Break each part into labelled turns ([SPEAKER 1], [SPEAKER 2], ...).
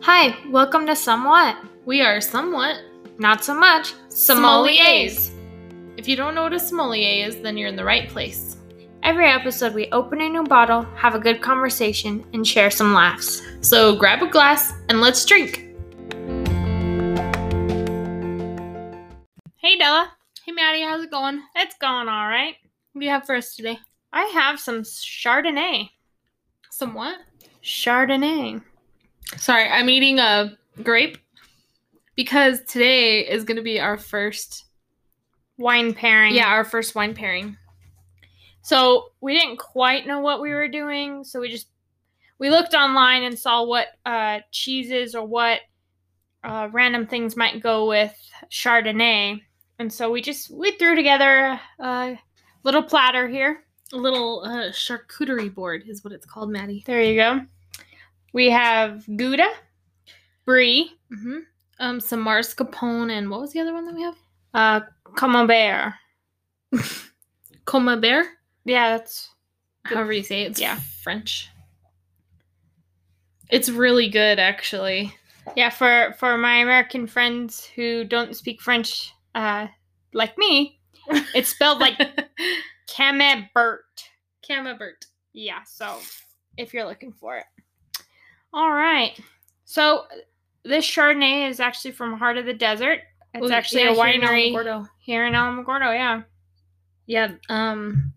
[SPEAKER 1] Hi, welcome to Somewhat.
[SPEAKER 2] We are somewhat
[SPEAKER 1] Not so much.
[SPEAKER 2] sommeliers. If you don't know what a sommelier is, then you're in the right place.
[SPEAKER 1] Every episode, we open a new bottle, have a good conversation, and share some laughs.
[SPEAKER 2] So grab a glass and let's drink. Hey Della. Hey Maddie, how's it going?
[SPEAKER 1] It's going all right.
[SPEAKER 2] What do you have for us today?
[SPEAKER 1] I have some Chardonnay.
[SPEAKER 2] Somewhat.
[SPEAKER 1] Chardonnay.
[SPEAKER 2] Sorry, I'm eating a grape because today is going to be our first
[SPEAKER 1] Wine pairing.
[SPEAKER 2] yeah, our first wine pairing.
[SPEAKER 1] So we didn't quite know what we were doing, so we just we looked online and saw what uh, cheeses or what uh, random things might go with Chardonnay, and so we just we threw together a little platter here.
[SPEAKER 2] A little uh, charcuterie board is what it's called, Maddie.
[SPEAKER 1] There you go. We have Gouda, Brie,
[SPEAKER 2] Mm-hmm. Um, some mascarpone and what was the other one that we have?
[SPEAKER 1] uh, Camembert.
[SPEAKER 2] Coma bear,
[SPEAKER 1] Yeah, that's
[SPEAKER 2] however you say it. It's
[SPEAKER 1] Yeah.
[SPEAKER 2] French. It's really good, actually.
[SPEAKER 1] yeah for for my American friends who don't speak French, uh, like me. It's spelled like Camembert.
[SPEAKER 2] Camembert.
[SPEAKER 1] Yeah, so if you're looking for it. All right. So this Chardonnay is actually from Heart of the Desert. It's
[SPEAKER 2] Well,
[SPEAKER 1] actually
[SPEAKER 2] yeah,
[SPEAKER 1] a
[SPEAKER 2] here in El
[SPEAKER 1] winery
[SPEAKER 2] Gordo.
[SPEAKER 1] here in Alamogordo, yeah.
[SPEAKER 2] Yeah, um,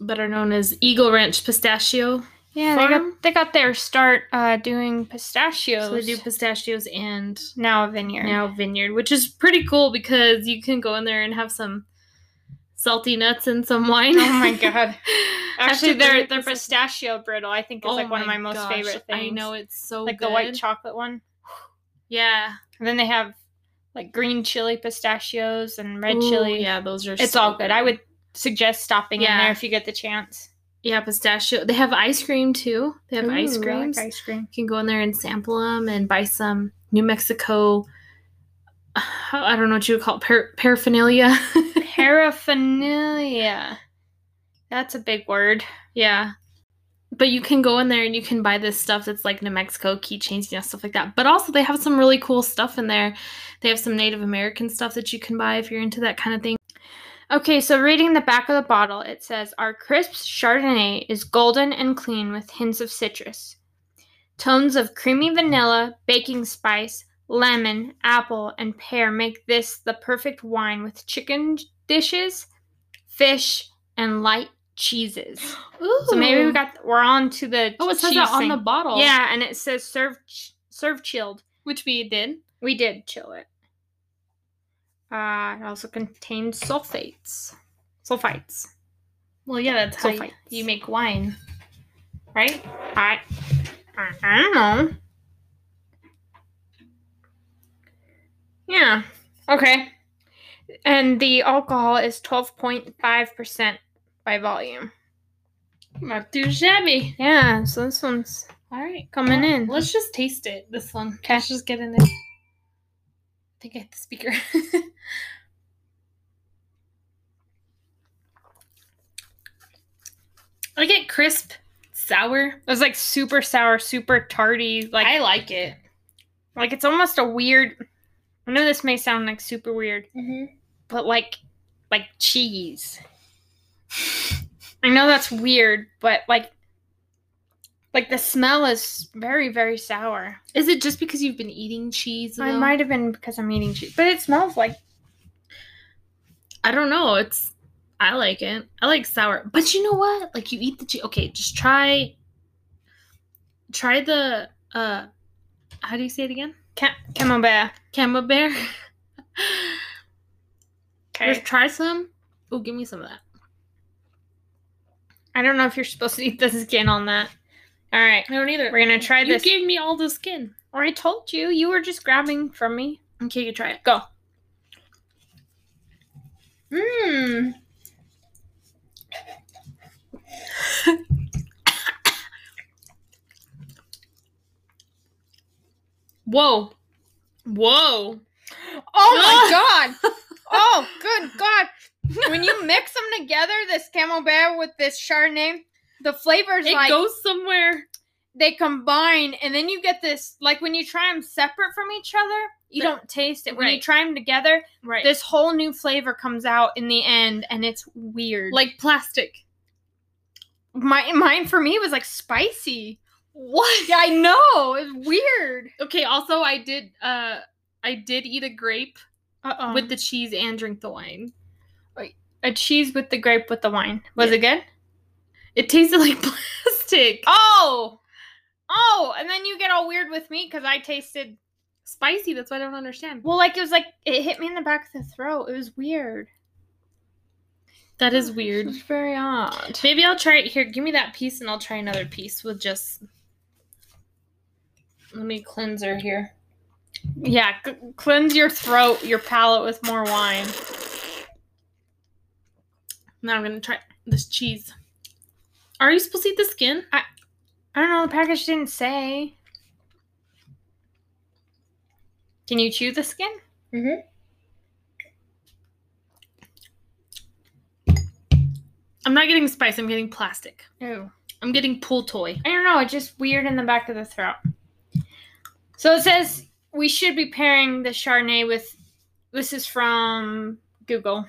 [SPEAKER 2] better known as Eagle Ranch Pistachio.
[SPEAKER 1] Yeah, they
[SPEAKER 2] Farm?
[SPEAKER 1] got they got their start uh, doing pistachios.
[SPEAKER 2] So they do pistachios and
[SPEAKER 1] now a vineyard.
[SPEAKER 2] now vineyard, which is pretty cool because you can go in there and have some salty nuts and some wine.
[SPEAKER 1] Oh my God. Actually, their their
[SPEAKER 2] pistachio
[SPEAKER 1] pistachio brittle I think is like one of my most favorite things.
[SPEAKER 2] Oh I know it's so
[SPEAKER 1] like
[SPEAKER 2] good.
[SPEAKER 1] the white chocolate one.
[SPEAKER 2] Yeah.
[SPEAKER 1] And then they have like green chili pistachios and red
[SPEAKER 2] Ooh,
[SPEAKER 1] chili.
[SPEAKER 2] Yeah, those are.
[SPEAKER 1] It's
[SPEAKER 2] so
[SPEAKER 1] all good. I would suggest stopping in
[SPEAKER 2] Yeah.
[SPEAKER 1] there if you get the chance.
[SPEAKER 2] Yeah, pistachio. They have ice cream too. They have ice creams.
[SPEAKER 1] ice cream.
[SPEAKER 2] You can go in there and sample them and buy some New Mexico. I don't know what you would call it, par- paraphernalia.
[SPEAKER 1] Paraphernalia. That's a big word.
[SPEAKER 2] yeah. But you can go in there and you can buy this stuff that's like New Mexico keychains, you know, stuff like that. But also, they have some really cool stuff in there. They have some Native American stuff that you can buy if you're into that kind of thing.
[SPEAKER 1] Okay, so reading the back of the bottle, it says Our crisp Chardonnay is golden and clean with hints of citrus. Tones of creamy vanilla, baking spice, lemon, apple, and pear make this the perfect wine with chicken dishes, fish, and light cheeses.
[SPEAKER 2] Ooh.
[SPEAKER 1] So maybe we got we're on to the
[SPEAKER 2] Oh, it says that
[SPEAKER 1] cheese
[SPEAKER 2] on
[SPEAKER 1] thing.
[SPEAKER 2] the bottle.
[SPEAKER 1] Yeah, and it says serve ch- serve chilled.
[SPEAKER 2] Which we did.
[SPEAKER 1] We did chill it. Uh, it also contains sulfates, sulfites.
[SPEAKER 2] Well, yeah, that's
[SPEAKER 1] how
[SPEAKER 2] how
[SPEAKER 1] you-
[SPEAKER 2] you,
[SPEAKER 1] you
[SPEAKER 2] make wine, right?
[SPEAKER 1] I, I, I don't know. Yeah. Okay. And the alcohol is twelve point five percent by volume.
[SPEAKER 2] Not too shabby.
[SPEAKER 1] Yeah. So this one's
[SPEAKER 2] All right,
[SPEAKER 1] coming in.
[SPEAKER 2] Let's just taste it. This one. Let's just get in there. I think I hit the speaker. I get crisp, sour.
[SPEAKER 1] It was like super sour, super tarty. Like
[SPEAKER 2] I like it.
[SPEAKER 1] Like it's almost a weird. I know this may sound like super weird,
[SPEAKER 2] Mm-hmm.
[SPEAKER 1] but like, like cheese. I know that's weird, but like, like the smell is very very sour.
[SPEAKER 2] Is it just because you've been eating cheese?
[SPEAKER 1] I
[SPEAKER 2] though?
[SPEAKER 1] might have been because I'm eating cheese, but it smells like
[SPEAKER 2] I don't know. It's I like it. I like sour. But you know what? Like you eat the cheese. Okay, just try try the uh how do you say it again?
[SPEAKER 1] cam- camembert.
[SPEAKER 2] Camembert.
[SPEAKER 1] Okay.
[SPEAKER 2] Just try some. Oh, give me some of that.
[SPEAKER 1] I don't know if you're supposed to eat the skin on that. All right,
[SPEAKER 2] I don't either.
[SPEAKER 1] we're gonna try
[SPEAKER 2] you
[SPEAKER 1] this.
[SPEAKER 2] gave me all the skin.
[SPEAKER 1] or I told you, you were just grabbing from me.
[SPEAKER 2] Okay, you try it.
[SPEAKER 1] Go.
[SPEAKER 2] Hmm.
[SPEAKER 1] Mmm.
[SPEAKER 2] Whoa. Whoa.
[SPEAKER 1] Oh my god! Oh good god! When you mix them together, this camembert with this chardonnay, the flavors
[SPEAKER 2] It
[SPEAKER 1] like
[SPEAKER 2] goes somewhere.
[SPEAKER 1] they combine and then you get this like when you try them separate from each other you
[SPEAKER 2] They're-
[SPEAKER 1] don't taste it when you
[SPEAKER 2] right.
[SPEAKER 1] try them together
[SPEAKER 2] Right.
[SPEAKER 1] this whole new flavor comes out in the end and it's weird
[SPEAKER 2] like plastic.
[SPEAKER 1] my mine for me was like spicy
[SPEAKER 2] What?
[SPEAKER 1] yeah i know it's weird
[SPEAKER 2] Okay, also I did uh I did eat a grape
[SPEAKER 1] uh-oh
[SPEAKER 2] with the cheese and drink the wine.
[SPEAKER 1] a cheese with the grape with the wine was
[SPEAKER 2] Yeah.
[SPEAKER 1] it good
[SPEAKER 2] It tasted like plastic.
[SPEAKER 1] oh oh and then you get all weird with me because i tasted
[SPEAKER 2] Spicy, that's what I don't understand.
[SPEAKER 1] well like it was like it hit me in the back of the throat it was weird
[SPEAKER 2] That is
[SPEAKER 1] it
[SPEAKER 2] weird.
[SPEAKER 1] was very um, odd
[SPEAKER 2] Maybe I'll try it here. Give me that piece and I'll try another piece with just Let me cleanser here.
[SPEAKER 1] yeah c- cleanse your throat your palate with more wine
[SPEAKER 2] Now I'm gonna try this cheese. Are you supposed to eat the skin?
[SPEAKER 1] I don't know. The package didn't say. Can you chew the skin?
[SPEAKER 2] I'm not getting spice, I'm getting plastic.
[SPEAKER 1] Ew.
[SPEAKER 2] I'm getting pool toy.
[SPEAKER 1] I don't know. It's just weird in the back of the throat. So it says we should be pairing the Chardonnay with. This is from Google.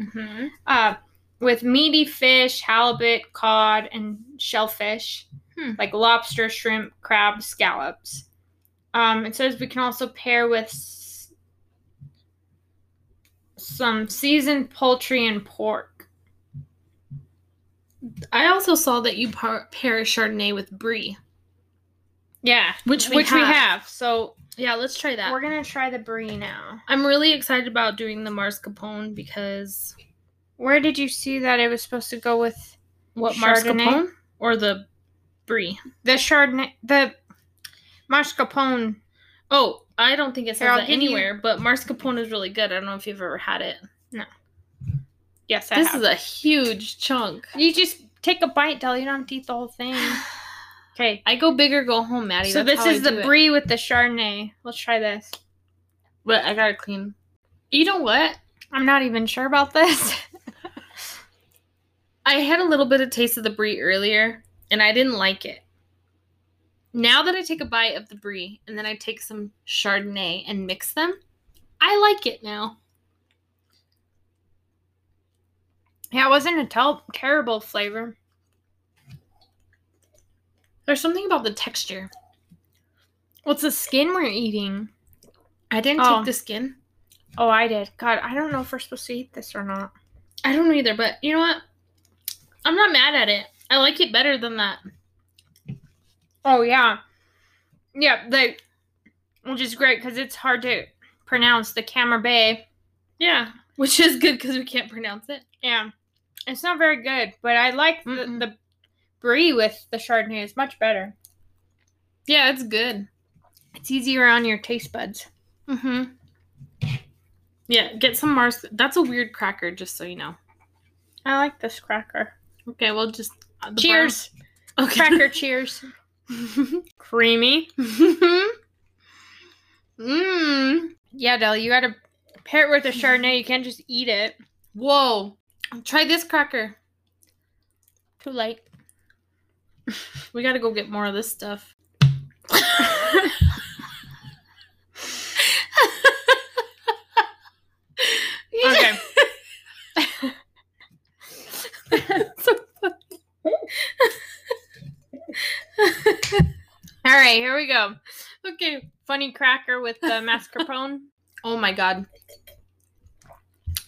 [SPEAKER 2] Mm-hmm.
[SPEAKER 1] Uh, with meaty fish, halibut, cod, and shellfish,
[SPEAKER 2] Hmm.
[SPEAKER 1] like lobster, shrimp, crab, scallops. Um, it says we can also pair with s- some seasoned poultry and pork.
[SPEAKER 2] I also saw that you par- pair Chardonnay with brie,
[SPEAKER 1] Yeah,
[SPEAKER 2] which we
[SPEAKER 1] which
[SPEAKER 2] have.
[SPEAKER 1] we have. So
[SPEAKER 2] Yeah, let's try that.
[SPEAKER 1] we're gonna try the brie now.
[SPEAKER 2] I'm really excited about doing the Mars Capone because
[SPEAKER 1] Where did you see that it was supposed to go with
[SPEAKER 2] what Mars
[SPEAKER 1] Chardonnay?
[SPEAKER 2] Capone or the brie?
[SPEAKER 1] the Chardonnay? The mascarpone.
[SPEAKER 2] Oh, I don't think it says
[SPEAKER 1] Here, I'll
[SPEAKER 2] that
[SPEAKER 1] give you-
[SPEAKER 2] anywhere, but Mars Capone is really good. I don't know if you've ever had it.
[SPEAKER 1] Yes, I
[SPEAKER 2] this
[SPEAKER 1] have.
[SPEAKER 2] is a huge chunk.
[SPEAKER 1] you just take a bite, Del. You don't have to eat the whole thing. Okay.
[SPEAKER 2] I go big or go home, Maddie.
[SPEAKER 1] So
[SPEAKER 2] That's
[SPEAKER 1] this
[SPEAKER 2] how I
[SPEAKER 1] is the
[SPEAKER 2] do it.
[SPEAKER 1] brie with the Chardonnay. Let's try this.
[SPEAKER 2] But I gotta clean. You know what?
[SPEAKER 1] I'm not even sure about this.
[SPEAKER 2] I had a little bit of taste of the brie earlier, and I didn't like it. Now that I take a bite of the brie and then I take some Chardonnay and mix them, I like it now.
[SPEAKER 1] yeah, it wasn't a tel- terrible flavor.
[SPEAKER 2] There's something about the texture.
[SPEAKER 1] Well, it's the skin we're eating.
[SPEAKER 2] I didn't
[SPEAKER 1] Oh.
[SPEAKER 2] take the skin.
[SPEAKER 1] Oh, I did. God, I don't know if we're supposed to eat this or not.
[SPEAKER 2] I don't know either, but you know what? I'm not mad at it. I like it better than that.
[SPEAKER 1] Oh yeah, yeah. They, which is great because it's hard to pronounce the Camembert.
[SPEAKER 2] Yeah, which is good because we can't pronounce it.
[SPEAKER 1] Yeah, it's not very good, but I like the,
[SPEAKER 2] Mm-mm.
[SPEAKER 1] the brie with the Chardonnay. It's much better.
[SPEAKER 2] Yeah, it's good.
[SPEAKER 1] It's easier on your taste buds.
[SPEAKER 2] Mm-hmm. Yeah, get some Mars. That's a weird cracker, just so you know.
[SPEAKER 1] I like this cracker.
[SPEAKER 2] Okay, well, just uh, the
[SPEAKER 1] cheers,
[SPEAKER 2] brown- Okay.
[SPEAKER 1] cracker. cheers. Creamy.
[SPEAKER 2] Mmm.
[SPEAKER 1] Mm. Yeah, Del, you gotta pair it with a Chardonnay. You can't just eat it.
[SPEAKER 2] Whoa. Try this cracker.
[SPEAKER 1] Too late.
[SPEAKER 2] We gotta go get more of this stuff.
[SPEAKER 1] Okay. All right, here we go.
[SPEAKER 2] okay.
[SPEAKER 1] Funny cracker with the mascarpone.
[SPEAKER 2] Oh my god.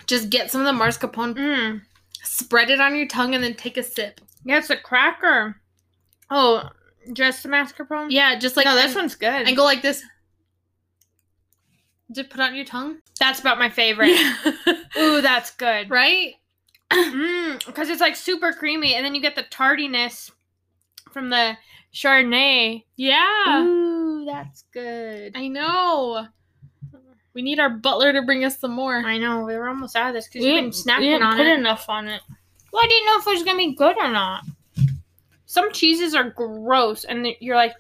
[SPEAKER 2] Just get some of the mascarpone,
[SPEAKER 1] Mmm.
[SPEAKER 2] spread it on your tongue, and then take a sip.
[SPEAKER 1] Yeah, it's a cracker. Oh, just the mascarpone?
[SPEAKER 2] Yeah, just like
[SPEAKER 1] no, this
[SPEAKER 2] and,
[SPEAKER 1] one's good.
[SPEAKER 2] and go like this. Just put it on your tongue.
[SPEAKER 1] that's about my favorite. Ooh, that's good.
[SPEAKER 2] right?
[SPEAKER 1] Mmm, because it's like super creamy, and then you get the tardiness from the Chardonnay.
[SPEAKER 2] Yeah.
[SPEAKER 1] Ooh, that's good.
[SPEAKER 2] I know. We need our butler to bring us some more.
[SPEAKER 1] I know we were almost out of this because
[SPEAKER 2] We
[SPEAKER 1] you've been
[SPEAKER 2] didn't- we
[SPEAKER 1] snacking
[SPEAKER 2] didn't
[SPEAKER 1] on
[SPEAKER 2] put
[SPEAKER 1] it.
[SPEAKER 2] enough on it.
[SPEAKER 1] Well, I didn't know if it was gonna be good or not. Some cheeses are gross, and th- you're like,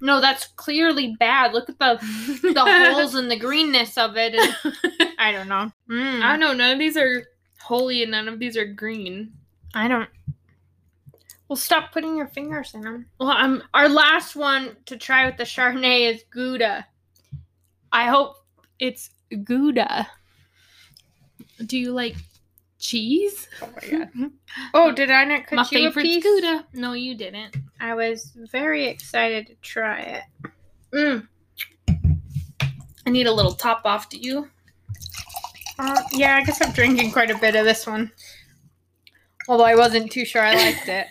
[SPEAKER 1] no, that's clearly bad. Look at the the holes and the greenness of it. And I don't know. Mm,
[SPEAKER 2] I don't know. None of these are holy, and none of these are green.
[SPEAKER 1] I don't. Well, stop putting your fingers in them.
[SPEAKER 2] Well, I'm
[SPEAKER 1] Our last one to try with the Chardonnay is Gouda. I hope it's Gouda.
[SPEAKER 2] do you like cheese?
[SPEAKER 1] Oh, my God. oh did I not cut
[SPEAKER 2] My
[SPEAKER 1] you a
[SPEAKER 2] favorite
[SPEAKER 1] piece?
[SPEAKER 2] Gouda. No, you didn't.
[SPEAKER 1] I was very excited to try it. Mm.
[SPEAKER 2] I need a little top off. Do you?
[SPEAKER 1] Uh, yeah, I guess I'm drinking quite a bit of this one. Although I wasn't too sure I liked it.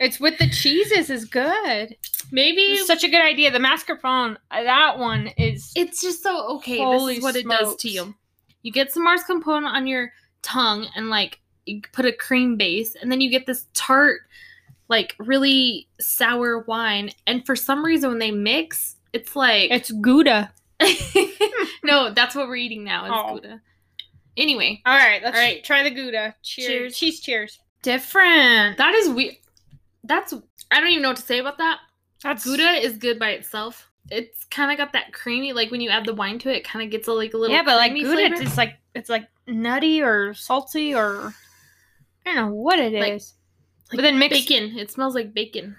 [SPEAKER 1] it's with the cheeses is good.
[SPEAKER 2] Maybe
[SPEAKER 1] It's such a good idea. The mascarpone, uh, that one is
[SPEAKER 2] It's just so okay.
[SPEAKER 1] Holy
[SPEAKER 2] this is what it does to
[SPEAKER 1] smokes.
[SPEAKER 2] you. You get some Mars component on your tongue and like you put a cream base, and then you get this tart, like really sour wine. And for some reason, when they mix, it's like
[SPEAKER 1] it's Gouda.
[SPEAKER 2] no. That's what we're eating now. Is
[SPEAKER 1] Oh.
[SPEAKER 2] Gouda. Anyway,
[SPEAKER 1] All right, let's
[SPEAKER 2] All right.
[SPEAKER 1] try the Gouda. Cheers.
[SPEAKER 2] Cheers.
[SPEAKER 1] Cheese cheers. Different.
[SPEAKER 2] that is weird. That's I don't even know what to say about that.
[SPEAKER 1] That's
[SPEAKER 2] Gouda is good by itself. It's kind of got that creamy, like when you add the wine to it, it kind of gets a, like a little
[SPEAKER 1] yeah, but like
[SPEAKER 2] creamy
[SPEAKER 1] Gouda,
[SPEAKER 2] flavor.
[SPEAKER 1] it's like it's like nutty or salty or I don't know what it is.
[SPEAKER 2] Like-
[SPEAKER 1] but then mix
[SPEAKER 2] Bacon. It smells like bacon.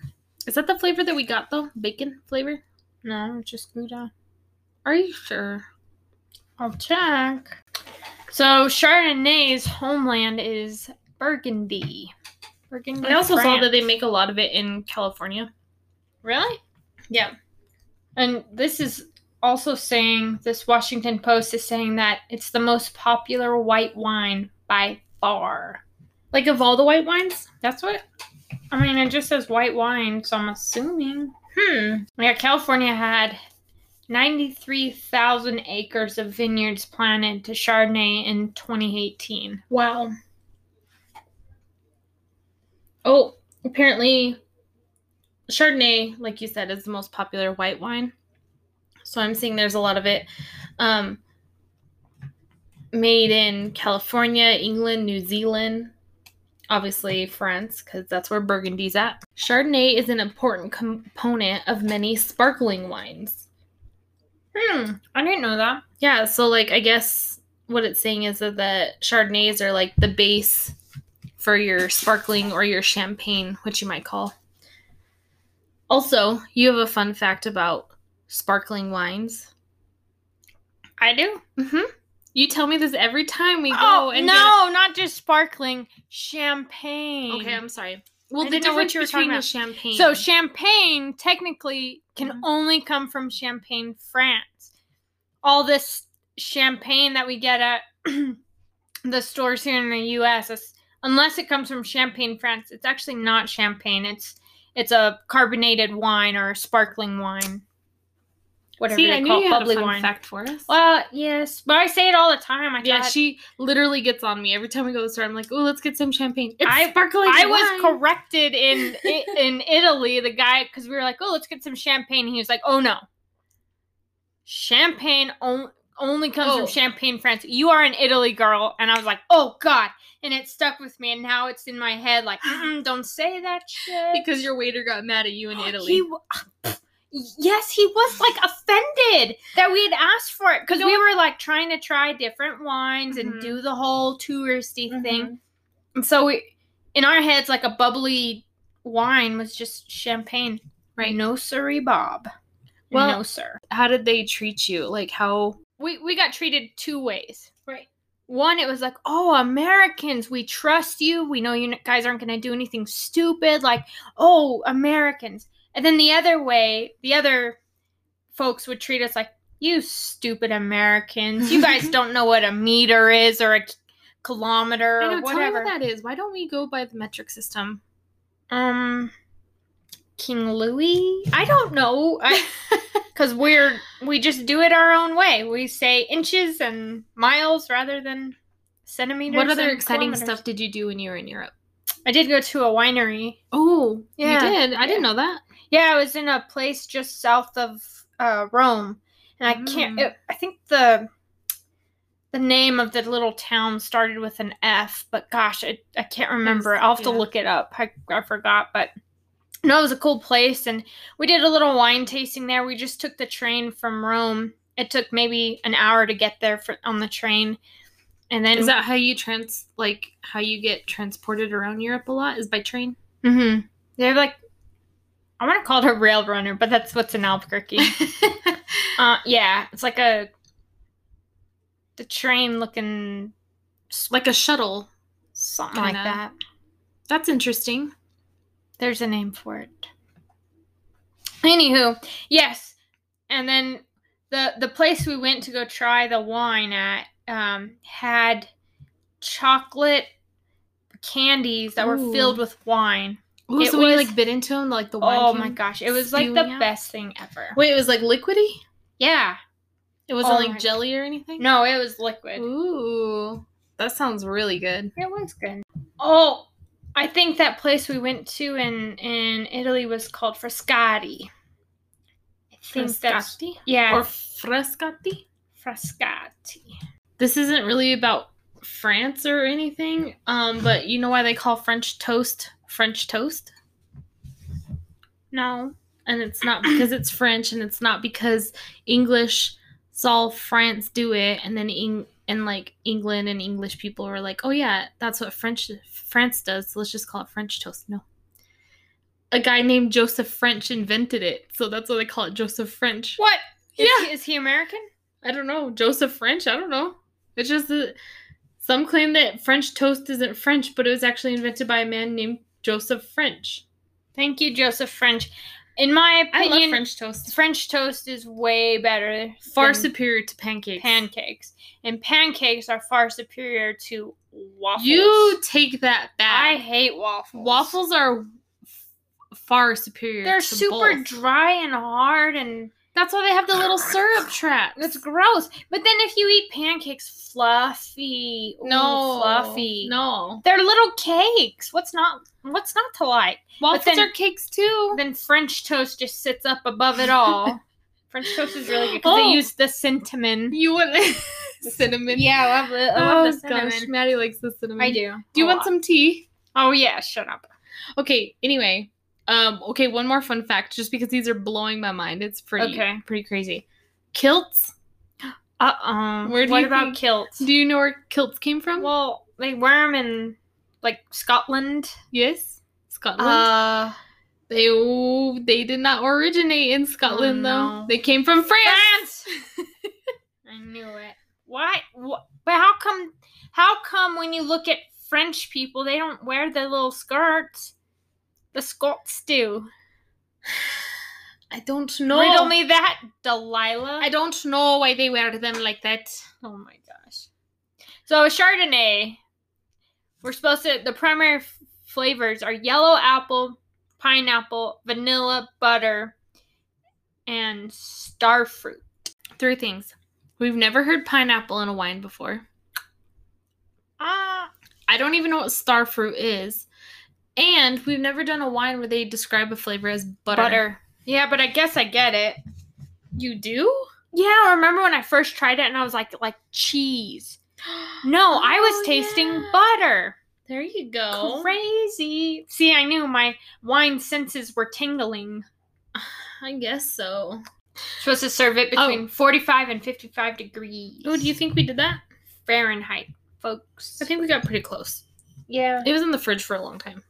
[SPEAKER 2] Is that the flavor that we got though? Bacon flavor?
[SPEAKER 1] No, it's just Gouda.
[SPEAKER 2] Are you sure?
[SPEAKER 1] I'll check. So Chardonnay's homeland is Burgundy. Burgundy.
[SPEAKER 2] I also saw
[SPEAKER 1] France.
[SPEAKER 2] that they make a lot of it in California.
[SPEAKER 1] Really?
[SPEAKER 2] Yeah.
[SPEAKER 1] And this is also saying this Washington Post is saying that it's the most popular white wine by far.
[SPEAKER 2] Like of all the white wines?
[SPEAKER 1] That's what I mean, it just says white wine, so I'm assuming.
[SPEAKER 2] Hmm.
[SPEAKER 1] Yeah, California had 93,000 acres of vineyards planted to Chardonnay in 2018.
[SPEAKER 2] Wow. Oh, apparently Chardonnay, like you said, is the most popular white wine. So I'm seeing there's a lot of it um, made in California, England, New Zealand, obviously France, because that's where Burgundy's at. Chardonnay is an important component of many sparkling wines.
[SPEAKER 1] Hmm, I didn't know that.
[SPEAKER 2] Yeah, so like I guess what it's saying is that the Chardonnays are like the base for your sparkling or your champagne, which you might call. Also, you have a fun fact about sparkling wines.
[SPEAKER 1] I do.
[SPEAKER 2] Mhm. You tell me this every time we go.
[SPEAKER 1] Mm-hmm. Oh,
[SPEAKER 2] and
[SPEAKER 1] no, not just sparkling, champagne.
[SPEAKER 2] get- Okay, I'm sorry. Well,
[SPEAKER 1] I
[SPEAKER 2] the
[SPEAKER 1] didn't know what
[SPEAKER 2] difference
[SPEAKER 1] you were
[SPEAKER 2] between
[SPEAKER 1] talking
[SPEAKER 2] the
[SPEAKER 1] about.
[SPEAKER 2] champagne.
[SPEAKER 1] So champagne technically can
[SPEAKER 2] Mhm.
[SPEAKER 1] only come from Champagne, France. All this champagne that we get at the stores here in the U.S., is- unless it comes from Champagne, France, it's actually not champagne. It's it's a carbonated wine or a sparkling wine, whatever
[SPEAKER 2] see,
[SPEAKER 1] they
[SPEAKER 2] I knew
[SPEAKER 1] call
[SPEAKER 2] you
[SPEAKER 1] it,
[SPEAKER 2] had a
[SPEAKER 1] bubbly
[SPEAKER 2] fun
[SPEAKER 1] wine.
[SPEAKER 2] fact for us.
[SPEAKER 1] Well, yes, but I say it all the time. I
[SPEAKER 2] yeah,
[SPEAKER 1] thought-
[SPEAKER 2] she literally gets on me every time we go to the store. I'm like, "Oh, let's get some champagne." It's
[SPEAKER 1] I-
[SPEAKER 2] sparkling
[SPEAKER 1] I was
[SPEAKER 2] wine.
[SPEAKER 1] corrected in i- in Italy. The guy, because we were like, "Oh, let's get some champagne," and he was like, "Oh no, champagne on- only comes
[SPEAKER 2] Oh.
[SPEAKER 1] from Champagne, France. You are an Italy girl." And I was like, "Oh God!" And it stuck with me, and now it's in my head. Like, Mm-mm, don't say that shit.
[SPEAKER 2] because your waiter got mad at you in Italy.
[SPEAKER 1] He w- yes, he was like offended that we had asked for it because we were like trying to try different wines
[SPEAKER 2] Mhm.
[SPEAKER 1] and do the whole touristy
[SPEAKER 2] Mm-hmm.
[SPEAKER 1] thing. And so we, in our heads, like a bubbly wine was just champagne.
[SPEAKER 2] Right.
[SPEAKER 1] No, sirree, Bob.
[SPEAKER 2] Well-
[SPEAKER 1] no, sir.
[SPEAKER 2] How did they treat you? Like how?
[SPEAKER 1] We, we got treated two ways.
[SPEAKER 2] Right.
[SPEAKER 1] One, it was like, oh, Americans, we trust you. We know you n- guys aren't going to do anything stupid. Like, oh, Americans. And then the other way, the other folks would treat us like, you stupid Americans. You guys don't know what a meter is or a k- kilometer or
[SPEAKER 2] I know. Tell me
[SPEAKER 1] whatever.
[SPEAKER 2] what that is. Why don't we go by the metric system?
[SPEAKER 1] Um, King Louis. I don't know. I because we're we just do it our own way. We say inches and miles rather than centimeters.
[SPEAKER 2] what other
[SPEAKER 1] and
[SPEAKER 2] exciting
[SPEAKER 1] kilometers.
[SPEAKER 2] stuff did you do when you were in Europe?
[SPEAKER 1] I did go to a winery.
[SPEAKER 2] Oh,
[SPEAKER 1] Yeah.
[SPEAKER 2] you did. I didn't know that.
[SPEAKER 1] Yeah, I was in a place just south of uh, Rome, and I can't.
[SPEAKER 2] Mm.
[SPEAKER 1] It, I think the the name of the little town started with an F, but gosh, I, I can't remember. I'll have to
[SPEAKER 2] yeah.
[SPEAKER 1] look it up. I, I forgot, but no, it was a cool place, and we did a little wine tasting there. We just took the train from Rome. It took maybe an hour to get there for, on the train, and then
[SPEAKER 2] Is that how you trans like how you get transported around Europe a lot? Is by train?
[SPEAKER 1] Mhm. They're like, I want to call it a rail runner, but that's what's in Albuquerque. uh, yeah, it's like a the train looking
[SPEAKER 2] like a shuttle.
[SPEAKER 1] something like
[SPEAKER 2] Kinda.
[SPEAKER 1] that.
[SPEAKER 2] That's interesting.
[SPEAKER 1] There's a name for it. Anywho, yes, and then the the place we went to go try the wine at um, had chocolate candies that were
[SPEAKER 2] Ooh.
[SPEAKER 1] filled with wine.
[SPEAKER 2] Ooh,
[SPEAKER 1] It
[SPEAKER 2] so when you
[SPEAKER 1] was-
[SPEAKER 2] like bit into them, like the wine.
[SPEAKER 1] Oh
[SPEAKER 2] came-
[SPEAKER 1] my gosh, it was like the
[SPEAKER 2] spewing out?
[SPEAKER 1] best thing ever.
[SPEAKER 2] Wait, it was like liquidy.
[SPEAKER 1] Yeah,
[SPEAKER 2] It wasn't
[SPEAKER 1] Oh my-
[SPEAKER 2] like jelly or anything.
[SPEAKER 1] no, it was liquid.
[SPEAKER 2] Ooh, that sounds really good.
[SPEAKER 1] It was good. Oh, I think that place we went to in in Italy was called Frascati. I think that's
[SPEAKER 2] Frascati
[SPEAKER 1] yeah,
[SPEAKER 2] or frescati.
[SPEAKER 1] Frascati.
[SPEAKER 2] This isn't really about France or anything. Um, but you know why they call French toast French toast?
[SPEAKER 1] No.
[SPEAKER 2] And it's not because it's French, and it's not because English saw France do it, and then Eng- and like England and English people were like, oh yeah, that's what French France does. So let's just call it French toast. No. A guy named Joseph French invented it, so that's why they call it Joseph French.
[SPEAKER 1] What? Is
[SPEAKER 2] Yeah.
[SPEAKER 1] He, is he American?
[SPEAKER 2] I don't know. Joseph French? I don't know. It's just that some claim that French toast isn't French, but it was actually invented by a man named Joseph French.
[SPEAKER 1] Thank you, Joseph French. In my
[SPEAKER 2] I
[SPEAKER 1] opinion,
[SPEAKER 2] love
[SPEAKER 1] French.
[SPEAKER 2] French toast.
[SPEAKER 1] toast is way better.
[SPEAKER 2] Far
[SPEAKER 1] than
[SPEAKER 2] superior to pancakes.
[SPEAKER 1] pancakes. And pancakes are far superior to waffles.
[SPEAKER 2] You take that
[SPEAKER 1] I
[SPEAKER 2] back.
[SPEAKER 1] hate waffles.
[SPEAKER 2] Waffles are f- far superior.
[SPEAKER 1] They're
[SPEAKER 2] to
[SPEAKER 1] super
[SPEAKER 2] both.
[SPEAKER 1] dry and hard and
[SPEAKER 2] That's why they have the little syrup traps.
[SPEAKER 1] That's gross. But then if you eat pancakes, fluffy. Ooh,
[SPEAKER 2] no
[SPEAKER 1] fluffy.
[SPEAKER 2] No,
[SPEAKER 1] They're little cakes. What's not what's not to like?
[SPEAKER 2] waffles
[SPEAKER 1] then-
[SPEAKER 2] are cakes too.
[SPEAKER 1] Then French toast just sits up above it all. French toast is really good because
[SPEAKER 2] Oh.
[SPEAKER 1] they use the cinnamon.
[SPEAKER 2] you want cinnamon?
[SPEAKER 1] Yeah, I love the, I
[SPEAKER 2] oh
[SPEAKER 1] love the cinnamon.
[SPEAKER 2] gosh, Maddie likes the cinnamon.
[SPEAKER 1] I do.
[SPEAKER 2] Do you
[SPEAKER 1] Mm-hmm. a
[SPEAKER 2] want
[SPEAKER 1] lot.
[SPEAKER 2] some tea?
[SPEAKER 1] Oh yeah, shut up.
[SPEAKER 2] Okay. Anyway, um, okay. One more fun fact, just because these are blowing my mind. It's pretty,
[SPEAKER 1] Okay.
[SPEAKER 2] pretty crazy. Kilts.
[SPEAKER 1] Uh oh.
[SPEAKER 2] Where do
[SPEAKER 1] what
[SPEAKER 2] you
[SPEAKER 1] about
[SPEAKER 2] think-
[SPEAKER 1] kilts?
[SPEAKER 2] Do you know where kilts came from?
[SPEAKER 1] well, they wear 'em in like Scotland.
[SPEAKER 2] yes, Scotland.
[SPEAKER 1] Uh,
[SPEAKER 2] they oh, they did not originate in Scotland
[SPEAKER 1] Oh, no.
[SPEAKER 2] though. They came from France.
[SPEAKER 1] France. I knew it. Why? Wh- but how come? How come when you look at French people, they don't wear the little skirts? The Scots do.
[SPEAKER 2] I don't know.
[SPEAKER 1] Riddle me that, Delilah.
[SPEAKER 2] I don't know why they wear them like that.
[SPEAKER 1] Oh my gosh. So Chardonnay, we're supposed to. The primary f- flavors are yellow apple, pineapple, vanilla, butter, and starfruit.
[SPEAKER 2] Three things. We've never heard pineapple in a wine before.
[SPEAKER 1] Ah,
[SPEAKER 2] I don't even know what star fruit is. And we've never done a wine where they describe a flavor as butter.
[SPEAKER 1] butter. Yeah, but I guess I get it.
[SPEAKER 2] You do?
[SPEAKER 1] Yeah, I remember when I first tried it and I was like, like cheese. No, I
[SPEAKER 2] Oh,
[SPEAKER 1] was tasting
[SPEAKER 2] yeah.
[SPEAKER 1] butter.
[SPEAKER 2] There you go.
[SPEAKER 1] Crazy. See, I knew my wine senses were tingling.
[SPEAKER 2] I guess so.
[SPEAKER 1] Supposed to serve it between 45 and 55 degrees.
[SPEAKER 2] Oh, do you think we did that?
[SPEAKER 1] Fahrenheit, folks.
[SPEAKER 2] I think we got pretty close.
[SPEAKER 1] Yeah.
[SPEAKER 2] It was in the fridge for a long time.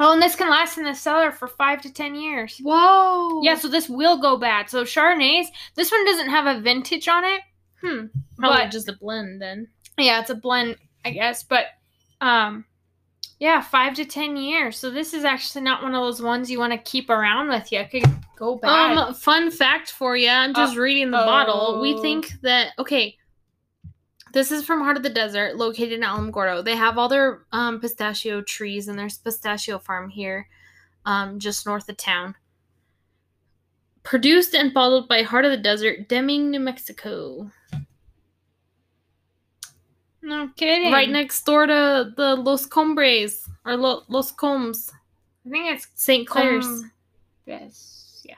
[SPEAKER 1] Oh, and this can last in the cellar for five to 10 years.
[SPEAKER 2] Whoa.
[SPEAKER 1] Yeah, so this will go bad. So Chardonnays, this one doesn't have a vintage on it. Hmm.
[SPEAKER 2] Oh, probably
[SPEAKER 1] but-
[SPEAKER 2] just a blend then.
[SPEAKER 1] yeah it's a blend i guess but um yeah five to ten years so this is actually not one of those ones you want to keep around with you it could go bad
[SPEAKER 2] Um, fun fact for you. I'm just reading the bottle. We
[SPEAKER 1] Uh-oh.
[SPEAKER 2] think that okay. This is from Heart of the Desert, located in Alamogordo. They have all their um, pistachio trees, and there's pistachio farm here, um, just north of town. Produced and bottled by Heart of the Desert, Deming, New Mexico,
[SPEAKER 1] no kidding
[SPEAKER 2] right next door to the Los Cumbres or Lo- Los Combs,
[SPEAKER 1] i think it's
[SPEAKER 2] St. Clair's.
[SPEAKER 1] Com- yes yeah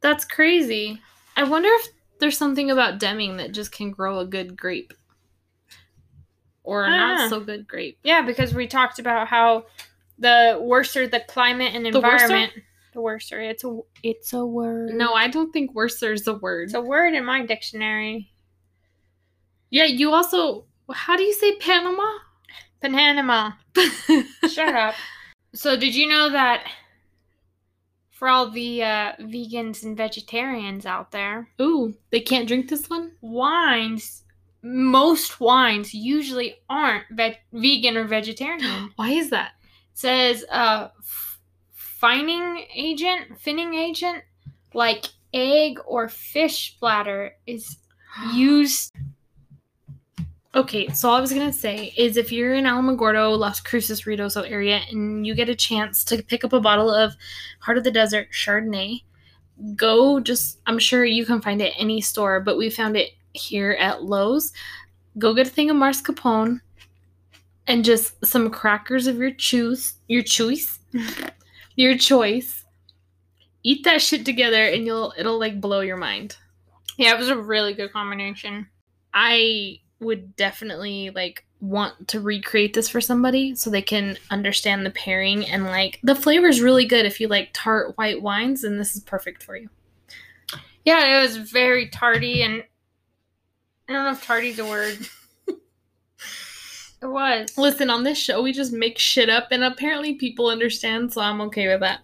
[SPEAKER 2] That's crazy. I wonder if there's something about Deming that just can grow a good grape. Or a
[SPEAKER 1] Ah.
[SPEAKER 2] not so good grape.
[SPEAKER 1] yeah because we talked about how the worser the climate and
[SPEAKER 2] The worser?
[SPEAKER 1] environment the worser it's a it's a word
[SPEAKER 2] No, I don't think Worcester's a word.
[SPEAKER 1] it's a word in my dictionary
[SPEAKER 2] yeah, you also how do you say Panama?
[SPEAKER 1] panama shut up So did you know that for all the uh, vegans and vegetarians out there,
[SPEAKER 2] Ooh, they can't drink this one?
[SPEAKER 1] wines, most wines usually aren't ve- vegan or vegetarian.
[SPEAKER 2] Why is that?
[SPEAKER 1] says uh f- fining agent finning agent like egg or fish bladder is used
[SPEAKER 2] Okay, so all I was gonna say is if you're in Alamogordo, Las Cruces, Ridoso area, and you get a chance to pick up a bottle of Heart of the Desert Chardonnay, go just I'm sure you can find it at any store, but we found it here at Lowe's. Go get a thing of mascarpone and just some crackers of your choose your choice. your choice. Eat that shit together and you'll it'll like blow your mind.
[SPEAKER 1] yeah it was a really good combination
[SPEAKER 2] I would definitely like want to recreate this for somebody so they can understand the pairing and like the flavor is really good if you like tart white wines and this is perfect for you.
[SPEAKER 1] yeah it was very tardy and i don't know if tardy's a word it was
[SPEAKER 2] Listen, on this show we just make shit up and apparently people understand so I'm okay with that.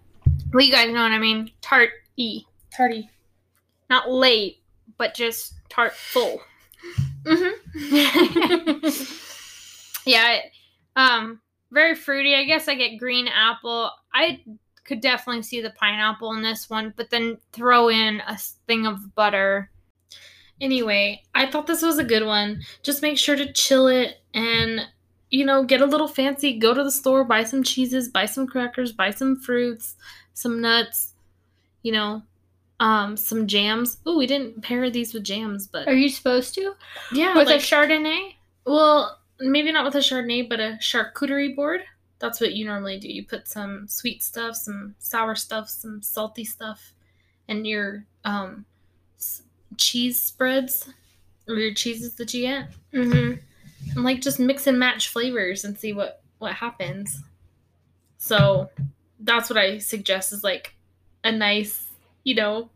[SPEAKER 1] well you guys know what i mean tart e
[SPEAKER 2] Tarty.
[SPEAKER 1] not late but just tart full Mm-hmm. yeah it- um very fruity i guess i get green apple i could definitely see the pineapple in this one but then throw in a s- thing of butter
[SPEAKER 2] Anyway, I thought this was a good one. Just make sure to chill it and you know, get a little fancy, go to the store, buy some cheeses, buy some crackers, buy some fruits, some nuts, you know, um some jams. Oh, we didn't pair these with jams, but
[SPEAKER 1] are you supposed to
[SPEAKER 2] yeah,
[SPEAKER 1] with a
[SPEAKER 2] like-
[SPEAKER 1] chardonnay
[SPEAKER 2] well, maybe not with a chardonnay, but a charcuterie board. That's what you normally do. You put some sweet stuff, some sour stuff, some salty stuff, and your um s- cheese spreads or your cheeses that you get,
[SPEAKER 1] mm-hmm
[SPEAKER 2] and like just mix and match flavors and see what what happens. So that's what I suggest is like a nice, you know,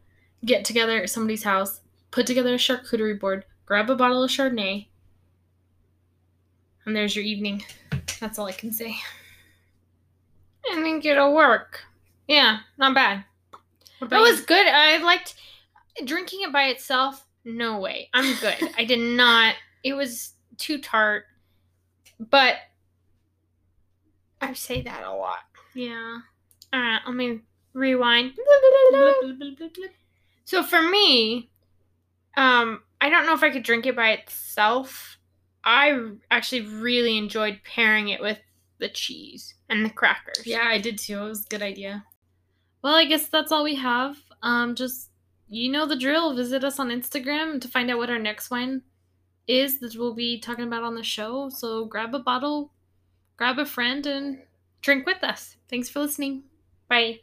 [SPEAKER 2] get together at somebody's house, put together a charcuterie board, grab a bottle of Chardonnay, and there's your evening. That's all I can say.
[SPEAKER 1] i think it'll work yeah not bad
[SPEAKER 2] What about
[SPEAKER 1] that was
[SPEAKER 2] you?
[SPEAKER 1] good i liked drinking it by itself no way i'm good i did not it was too tart but i say that a lot
[SPEAKER 2] yeah.
[SPEAKER 1] All right, Uh, let me rewind. So for me, um, I don't know if I could drink it by itself. I actually really enjoyed pairing it with the cheese and the crackers.
[SPEAKER 2] Yeah, I did too. It was a good idea. Well, I guess that's all we have. Um, just you know the drill. Visit us on Instagram to find out what our next wine is that we'll be talking about on the show. So grab a bottle, grab a friend, and
[SPEAKER 1] Drink with us.
[SPEAKER 2] thanks for listening.
[SPEAKER 1] Bye.